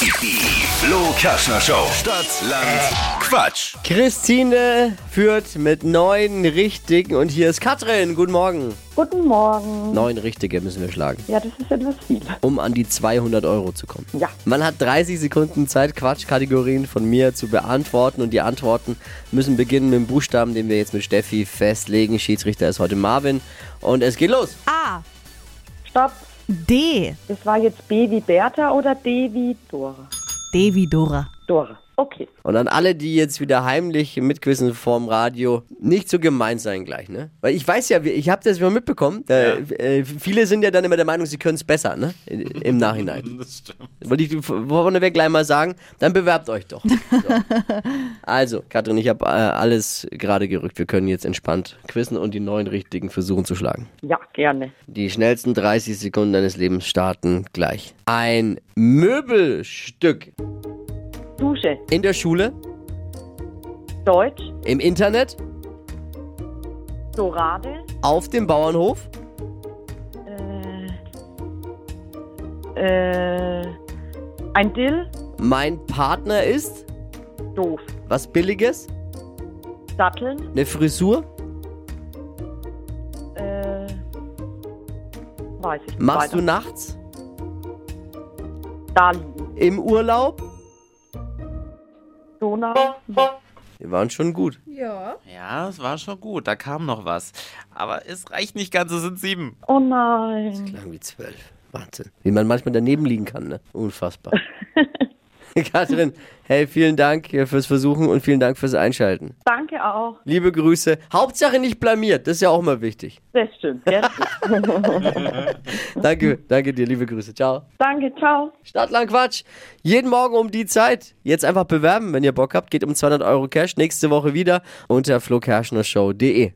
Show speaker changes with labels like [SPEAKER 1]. [SPEAKER 1] Die Flo Kaschner Show. Stadt, Land, Quatsch.
[SPEAKER 2] Christine führt mit neun Richtigen und hier ist Katrin. Guten Morgen.
[SPEAKER 3] Guten Morgen.
[SPEAKER 2] Neun Richtige müssen wir schlagen,
[SPEAKER 3] Ja, das ist etwas viel.
[SPEAKER 2] um an die 200 Euro zu kommen.
[SPEAKER 3] Ja.
[SPEAKER 2] Man hat 30 Sekunden Zeit, Quatschkategorien von mir zu beantworten und die Antworten müssen beginnen mit dem Buchstaben, den wir jetzt mit Steffi festlegen. Schiedsrichter ist heute Marvin und es geht los.
[SPEAKER 4] A.
[SPEAKER 3] Stopp.
[SPEAKER 4] D.
[SPEAKER 3] Das war jetzt B wie Bertha oder D wie Dora?
[SPEAKER 4] D wie Dora.
[SPEAKER 3] Dora. Okay.
[SPEAKER 2] Und an alle, die jetzt wieder heimlich mitquissen vorm Radio, nicht so gemein sein gleich, ne? Weil ich weiß ja, wie- ich habe das immer mitbekommen. Da, äh, viele sind ja dann immer der Meinung, sie können es besser, ne? I- Im Nachhinein.
[SPEAKER 5] Das stimmt.
[SPEAKER 2] Wollte ich vorneweg gleich mal sagen, dann bewerbt euch doch. So. Also, Katrin, ich habe äh, alles gerade gerückt. Wir können jetzt entspannt quissen und die neuen richtigen versuchen zu schlagen.
[SPEAKER 3] Ja, gerne.
[SPEAKER 2] Die schnellsten 30 Sekunden deines Lebens starten gleich. Ein Möbelstück
[SPEAKER 3] Dusche.
[SPEAKER 2] in der Schule,
[SPEAKER 3] Deutsch.
[SPEAKER 2] im Internet,
[SPEAKER 3] Dorade.
[SPEAKER 2] auf dem Bauernhof.
[SPEAKER 3] Äh, äh, ein Dill.
[SPEAKER 2] Mein Partner ist
[SPEAKER 3] Doof.
[SPEAKER 2] was Billiges,
[SPEAKER 3] Datteln.
[SPEAKER 2] eine Frisur.
[SPEAKER 3] Äh, weiß ich nicht.
[SPEAKER 2] Machst du
[SPEAKER 3] weiter.
[SPEAKER 2] nachts
[SPEAKER 3] Da liegen.
[SPEAKER 2] im Urlaub?
[SPEAKER 3] Donau.
[SPEAKER 2] Wir waren schon gut.
[SPEAKER 5] Ja, es war schon gut. Da kam noch was. Aber es reicht nicht ganz, es sind sieben.
[SPEAKER 3] Oh nein.
[SPEAKER 2] Lang wie zwölf. Wahnsinn. Wie man manchmal daneben liegen kann, ne? Unfassbar. Katrin, hey, vielen Dank hier fürs Versuchen und vielen Dank fürs Einschalten.
[SPEAKER 3] Danke auch.
[SPEAKER 2] Liebe Grüße. Hauptsache nicht blamiert, das ist ja auch mal wichtig.
[SPEAKER 3] Das stimmt. Gell?
[SPEAKER 2] Danke, danke dir, liebe Grüße. Ciao.
[SPEAKER 3] Danke. Ciao.
[SPEAKER 2] Stadtlang Quatsch. Jeden Morgen um die Zeit. Jetzt einfach bewerben, wenn ihr Bock habt. Geht um 200 Euro Cash. Nächste Woche wieder unter flokerschnershow.de.